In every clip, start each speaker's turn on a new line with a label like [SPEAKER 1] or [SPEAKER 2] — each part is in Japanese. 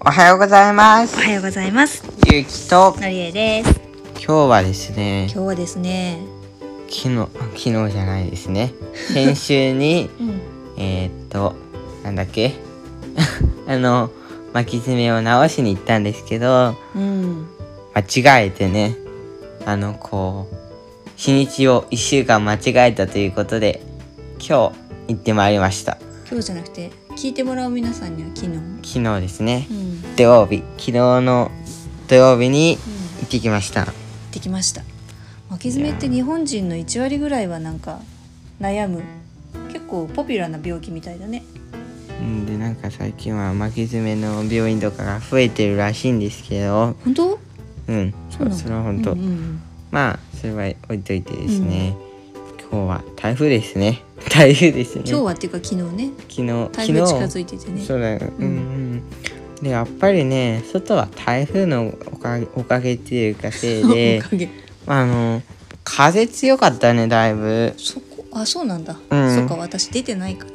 [SPEAKER 1] おはようございます
[SPEAKER 2] お。はようございます。
[SPEAKER 1] ゆうきと、
[SPEAKER 2] のりえです。
[SPEAKER 1] 今日はですね、
[SPEAKER 2] 今日はですね。
[SPEAKER 1] 昨日、あ昨日じゃないです ね。先週に、
[SPEAKER 2] うん。
[SPEAKER 1] えーっと、なんだっけ あの、巻き爪を直しに行ったんですけど、
[SPEAKER 2] うん。
[SPEAKER 1] 間違えてね、あの、こう、日にちを1週間間違えたということで、今日行ってまいりました。
[SPEAKER 2] 今日じゃなくて、聞いてもらう皆さんには昨日。うん。
[SPEAKER 1] 昨日ですね、土曜日、昨日の土曜日に行ってきました。
[SPEAKER 2] できました。巻き爪って日本人の1割ぐらいはなんか悩む。結構ポピュラーな病気みたいだね。
[SPEAKER 1] うんでなんか最近は巻き爪の病院とかが増えてるらしいんですけど
[SPEAKER 2] 本当？
[SPEAKER 1] うんそ
[SPEAKER 2] なんだ
[SPEAKER 1] それは本当、
[SPEAKER 2] うんうん
[SPEAKER 1] まあそれは置いといてですね、今日は台風ですね 台風ですね
[SPEAKER 2] 今日はっていうか昨日ね。
[SPEAKER 1] 昨日
[SPEAKER 2] 台風近
[SPEAKER 1] 昨
[SPEAKER 2] づ
[SPEAKER 1] 日
[SPEAKER 2] いててね。
[SPEAKER 1] そうだよ、うん
[SPEAKER 2] ん
[SPEAKER 1] うんでやっぱりね外は台風のおかげおかげっていうかせいで
[SPEAKER 2] おかげ。
[SPEAKER 1] あの風強かったねだいぶ
[SPEAKER 2] そこあそうなんだ。
[SPEAKER 1] うん
[SPEAKER 2] そっか私出てないか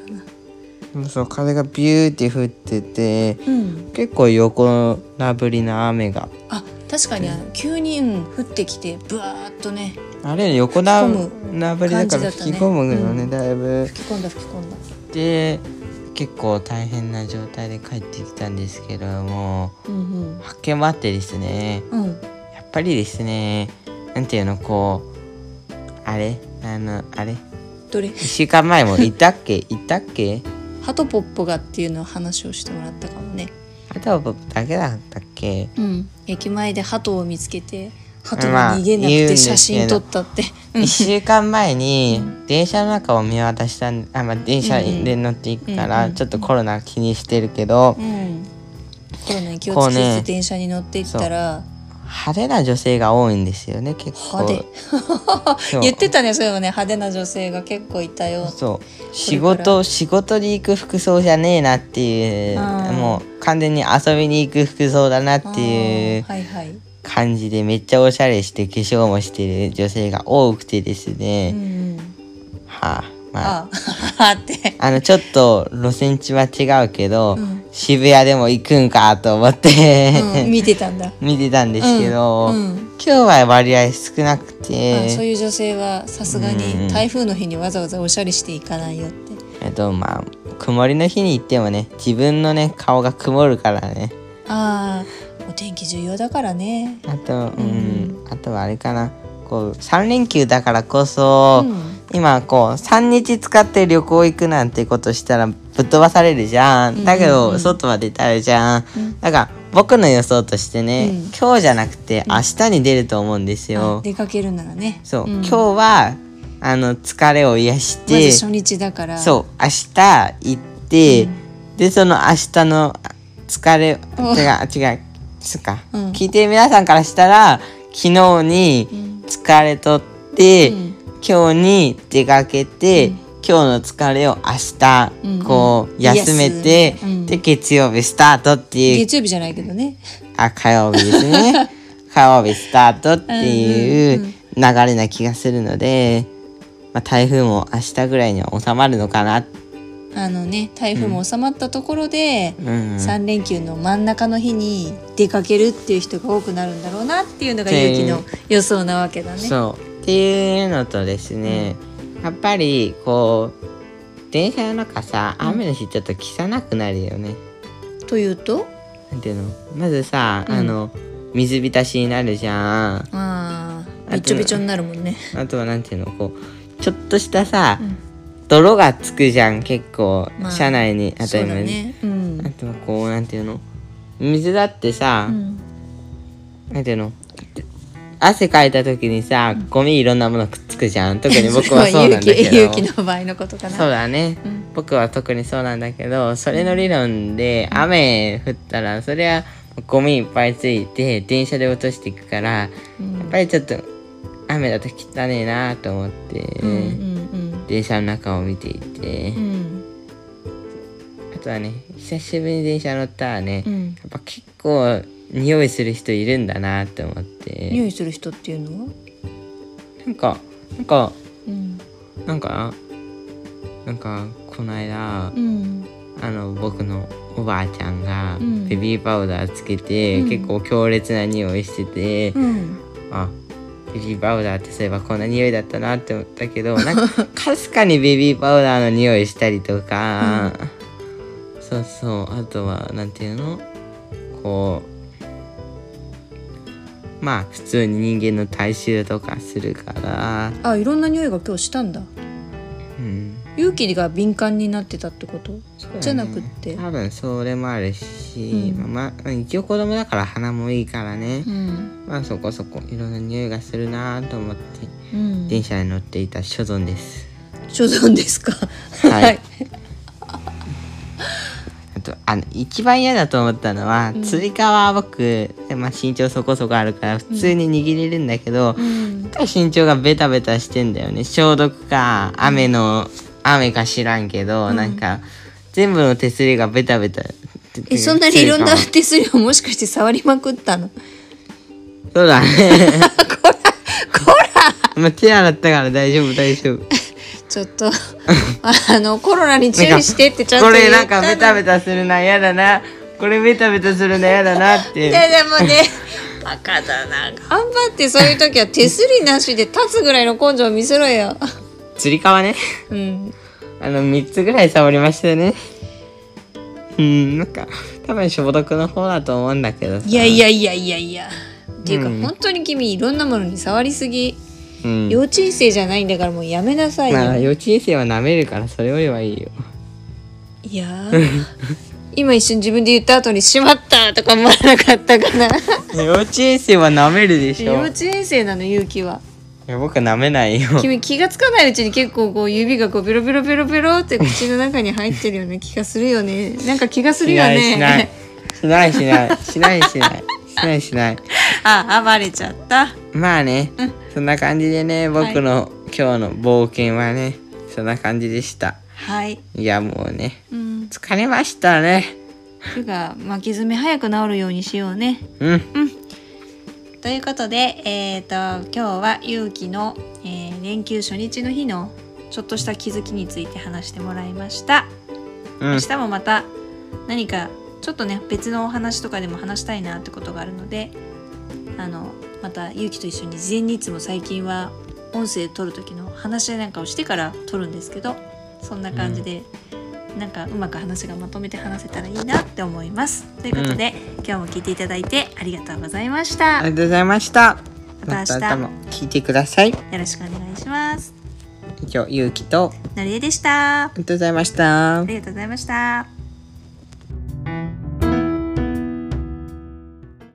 [SPEAKER 2] らな。
[SPEAKER 1] そう風がビューって降ってて
[SPEAKER 2] うん。
[SPEAKER 1] 結構横殴りな雨が
[SPEAKER 2] あ確かにあの急にうん降ってきてブワーっとね
[SPEAKER 1] あれ横な
[SPEAKER 2] 吹き込
[SPEAKER 1] なぶりだから
[SPEAKER 2] 感じだ
[SPEAKER 1] 吹
[SPEAKER 2] っ
[SPEAKER 1] き
[SPEAKER 2] たね
[SPEAKER 1] 込むのね
[SPEAKER 2] う
[SPEAKER 1] だいぶ
[SPEAKER 2] 吹き込んだ吹き込んだ。
[SPEAKER 1] で結構大変な状態で帰ってきたんですけども
[SPEAKER 2] うん
[SPEAKER 1] 発見もあってですね
[SPEAKER 2] うん。うん。
[SPEAKER 1] やっぱりですねなんていうのこうあれあのあれ
[SPEAKER 2] どれ
[SPEAKER 1] 1週間前もいたっ けいたっけ
[SPEAKER 2] ハトポッポがっていうのを話をしてもらったかもね。
[SPEAKER 1] あとは僕だけだったっけ
[SPEAKER 2] うん。駅前でハトを見つけて、ハト
[SPEAKER 1] ま
[SPEAKER 2] が
[SPEAKER 1] あ
[SPEAKER 2] 逃げなく
[SPEAKER 1] 言うんで
[SPEAKER 2] て
[SPEAKER 1] すけど
[SPEAKER 2] 写真撮ったって。うん
[SPEAKER 1] 1週間前に電車の中を見渡したんあ、まあ、電車で乗っていくか
[SPEAKER 2] うん
[SPEAKER 1] ら
[SPEAKER 2] うん
[SPEAKER 1] ちょっとコロナ気にしてるけど
[SPEAKER 2] うん。コロナに気を
[SPEAKER 1] こう
[SPEAKER 2] つけ
[SPEAKER 1] ね
[SPEAKER 2] て電車に乗っていったら、
[SPEAKER 1] 派手な女性が多いんですよね結構
[SPEAKER 2] 派
[SPEAKER 1] そう
[SPEAKER 2] 言ってたね、それもね、派手な女性が結構いたよ。
[SPEAKER 1] そう仕事仕事に行く服装じゃねえなっていう
[SPEAKER 2] あー
[SPEAKER 1] もう完全に遊びに行く服装だなってい
[SPEAKER 2] あ
[SPEAKER 1] う
[SPEAKER 2] ーはいはい。
[SPEAKER 1] 感じでめっちゃおしゃれして化粧もしてる女性が多くてです
[SPEAKER 2] う
[SPEAKER 1] ね、
[SPEAKER 2] んうん。
[SPEAKER 1] はあまあ
[SPEAKER 2] あ、あって。
[SPEAKER 1] あのちょっと路線地は違うけど、
[SPEAKER 2] うん
[SPEAKER 1] 渋谷でも行くんかと思って、
[SPEAKER 2] うん、見てたんだ。
[SPEAKER 1] 見てたんですけど、
[SPEAKER 2] うんうん
[SPEAKER 1] 今日は割合少なく
[SPEAKER 2] あ
[SPEAKER 1] て
[SPEAKER 2] そういう女性はさすが
[SPEAKER 1] うんうん
[SPEAKER 2] に台風の日にわざわざおしゃれしていかないよって。
[SPEAKER 1] えっとまあ曇りの日に行ってもね自分のね顔が曇るからね
[SPEAKER 2] ああ、お天気重要だからね。
[SPEAKER 1] あとうん、あとはあれかなこう3連休だからこそ、
[SPEAKER 2] うん
[SPEAKER 1] 今こう3日使って旅行行くなんてことしたらぶっ飛ばされるじゃんだけ
[SPEAKER 2] うんうんう
[SPEAKER 1] ど
[SPEAKER 2] ん
[SPEAKER 1] 外は出たいじゃん、
[SPEAKER 2] うん
[SPEAKER 1] だから僕の予想としてね、
[SPEAKER 2] うん
[SPEAKER 1] 今日じゃなくて明日に出ると思うんです
[SPEAKER 2] あ
[SPEAKER 1] よ、
[SPEAKER 2] 出かけるならね。
[SPEAKER 1] そう、
[SPEAKER 2] ん
[SPEAKER 1] 今日はあの疲れを癒して、
[SPEAKER 2] まず初日だから。
[SPEAKER 1] そう明日行って、でその明日のあ疲れ違う
[SPEAKER 2] お
[SPEAKER 1] 違うそっか、
[SPEAKER 2] うん
[SPEAKER 1] 聞いてる皆さんからしたら昨日
[SPEAKER 2] う
[SPEAKER 1] に
[SPEAKER 2] ん。
[SPEAKER 1] 疲れとって、
[SPEAKER 2] うん
[SPEAKER 1] 今日に出かけて、
[SPEAKER 2] うん
[SPEAKER 1] 今日の疲れを明日、
[SPEAKER 2] うん
[SPEAKER 1] こう休めて、
[SPEAKER 2] 休んで
[SPEAKER 1] で
[SPEAKER 2] うん
[SPEAKER 1] 月曜日スタートっていう
[SPEAKER 2] 月曜日じゃないけどね。
[SPEAKER 1] あ火曜日です ね火曜日スタートっていう
[SPEAKER 2] うんう
[SPEAKER 1] 流
[SPEAKER 2] ん
[SPEAKER 1] れな気がするので、まあ、台風も明日ぐらいには収まるのかなって
[SPEAKER 2] あのね、台風も収まったところで、
[SPEAKER 1] うん
[SPEAKER 2] 三連休の真ん中の日に出かけるっていう人が多くなるんだろうなっていうのが勇気の予想なわけだね。
[SPEAKER 1] そうっていうのとですね、やっぱりこう電車の中さ
[SPEAKER 2] ん
[SPEAKER 1] 雨の日ちょっと汚くなるよね。
[SPEAKER 2] というと、
[SPEAKER 1] なんていうのまずさ、
[SPEAKER 2] うん
[SPEAKER 1] あの水浸しになるじゃん。
[SPEAKER 2] あ
[SPEAKER 1] あ
[SPEAKER 2] あ、びちょびちょになるもんね。
[SPEAKER 1] あとはなんていうのこうちょっとしたさ、
[SPEAKER 2] うん
[SPEAKER 1] 泥がつくじゃん結構、
[SPEAKER 2] まあ
[SPEAKER 1] 車内に当た
[SPEAKER 2] そう
[SPEAKER 1] り
[SPEAKER 2] だ
[SPEAKER 1] 前に。
[SPEAKER 2] ね。う
[SPEAKER 1] あ
[SPEAKER 2] ん。
[SPEAKER 1] とはこうなんていうの水だってさ
[SPEAKER 2] う、ん
[SPEAKER 1] なんていうの汗かいた時にさ、ゴミいろんなものくっつくじゃん特に僕は そうなんだけ
[SPEAKER 2] それ
[SPEAKER 1] ど
[SPEAKER 2] は勇気勇気の場合のことかな。
[SPEAKER 1] そうだね、
[SPEAKER 2] うん
[SPEAKER 1] 僕は特にそうなんだけどそれの理論で雨降ったらそれはゴミいっぱいついて電車で落としていくから
[SPEAKER 2] うん
[SPEAKER 1] やっぱりちょっと雨だと汚ねえなと思って、
[SPEAKER 2] うんうん
[SPEAKER 1] 電車の中を見ていて、
[SPEAKER 2] うんうん
[SPEAKER 1] あとはね久しぶりに電車乗ったらね、
[SPEAKER 2] う
[SPEAKER 1] や
[SPEAKER 2] ん
[SPEAKER 1] っぱ結構匂いする人いるんだなって思って
[SPEAKER 2] 匂いする人っていうのは、
[SPEAKER 1] なんかなんか
[SPEAKER 2] うん
[SPEAKER 1] なんかなんかこの間
[SPEAKER 2] うん
[SPEAKER 1] あの僕のおばあちゃんが
[SPEAKER 2] うん
[SPEAKER 1] ベビーパウダーつけて、
[SPEAKER 2] うん
[SPEAKER 1] 結構強烈な匂いしてて、
[SPEAKER 2] うん
[SPEAKER 1] あベビーパウダーってそういえばこんな匂いだったなって思ったけど なんかかすかにベビーパウダーの匂いしたりとか、そうそうあとはなんていうのこうまあ普通に人間の体臭とかするから、
[SPEAKER 2] あいろんな匂いが今日したんだ
[SPEAKER 1] うん、
[SPEAKER 2] 勇気が敏感になってたってこと
[SPEAKER 1] そうだね
[SPEAKER 2] じゃなくって
[SPEAKER 1] 多分それもあるし、
[SPEAKER 2] うん
[SPEAKER 1] まあまあ一応子供だから鼻もいいからね
[SPEAKER 2] う、ん
[SPEAKER 1] まあそこそこいろんな匂いがするなと思って
[SPEAKER 2] うん
[SPEAKER 1] 電車に乗っていた所存です。
[SPEAKER 2] 所存ですか
[SPEAKER 1] はいあとあの一番嫌だと思ったのは、
[SPEAKER 2] うん
[SPEAKER 1] つり革は僕、まあ、身長そこそこあるから普通に握れるんだけど、
[SPEAKER 2] うん
[SPEAKER 1] なんか身長がベタベタしてんだよね消毒か雨の雨か知らんけど、
[SPEAKER 2] うん
[SPEAKER 1] なんか全部の手すりがベタベタ
[SPEAKER 2] えそんなにいろんな
[SPEAKER 1] つり
[SPEAKER 2] 手すりをもしかして触りまくったのこ
[SPEAKER 1] 革そうだね
[SPEAKER 2] ら こら
[SPEAKER 1] まあ手洗ったから大丈夫大丈夫
[SPEAKER 2] ちょっ とあのコロナ に注意してってちゃんと
[SPEAKER 1] こ
[SPEAKER 2] 言
[SPEAKER 1] れな
[SPEAKER 2] っ
[SPEAKER 1] んか
[SPEAKER 2] たの
[SPEAKER 1] ベ
[SPEAKER 2] に
[SPEAKER 1] タベタするな嫌だなこれベタベタするな嫌だなっ
[SPEAKER 2] い
[SPEAKER 1] て
[SPEAKER 2] やでも ねバカだな頑張ってそういう時は手すりなしで立つぐらいの根性を見せろよ
[SPEAKER 1] つり革ね
[SPEAKER 2] うん
[SPEAKER 1] あの、3つぐらい触りましたよね。うん、なんか、多分消毒の方だと思うんだけどさ。
[SPEAKER 2] いやいやいやいやいやっていうか、
[SPEAKER 1] うん
[SPEAKER 2] 本当に君いろんなものに触りすぎ、
[SPEAKER 1] うん。
[SPEAKER 2] 幼稚園生じゃないんだからもうやめなさいよ、
[SPEAKER 1] まあ、幼稚園生は舐めるから、それよりはいいよ。
[SPEAKER 2] いやー今一瞬自分で言った後に「しまった!」とか思わなかったか な
[SPEAKER 1] 幼稚園生は舐めるでし
[SPEAKER 2] 幼
[SPEAKER 1] ょ。い
[SPEAKER 2] 稚園生なの勇気は
[SPEAKER 1] や、僕舐めないよ。
[SPEAKER 2] 君気がつかないうちに結構こう指がこうベロベロベロベロって口の中に入ってるよね気がするよねなんか気がする
[SPEAKER 1] し
[SPEAKER 2] よ
[SPEAKER 1] な
[SPEAKER 2] ね
[SPEAKER 1] いしない。しないしない。しないしない。しないしない。
[SPEAKER 2] あ暴れちゃった
[SPEAKER 1] まあね、
[SPEAKER 2] うん
[SPEAKER 1] そんな感じでね、僕の、今日の冒険はね、そんな感じでした。
[SPEAKER 2] はい
[SPEAKER 1] いや、もうね、
[SPEAKER 2] うん
[SPEAKER 1] 疲れましたね。
[SPEAKER 2] ていうか巻き爪早く治るようにしようね
[SPEAKER 1] うん。
[SPEAKER 2] ということで、えー、と今日は勇気の、えー連休初日の日のちょっとした気づきについて話してもらいました、
[SPEAKER 1] うん
[SPEAKER 2] 明。日もまた何かちょっとね別のお話とかでも話したいなってことがあるのであのまた勇気と一緒に事前にいつも最近は音声撮る時の話し合いなんかをしてから撮るんですけどそんな感じで、なんかうまく話がまとめて話せたらいいなって思います。ということで、今日も聞いていただいてありがとうございました。
[SPEAKER 1] ありがとうございました。
[SPEAKER 2] ま
[SPEAKER 1] ま
[SPEAKER 2] た
[SPEAKER 1] た明
[SPEAKER 2] 明日
[SPEAKER 1] 日も聞いてください。
[SPEAKER 2] よろしくお願いします。
[SPEAKER 1] 以上、ゆうきと、あ
[SPEAKER 2] のりえでした。あ
[SPEAKER 1] りがとうございました。
[SPEAKER 2] りがとうございました。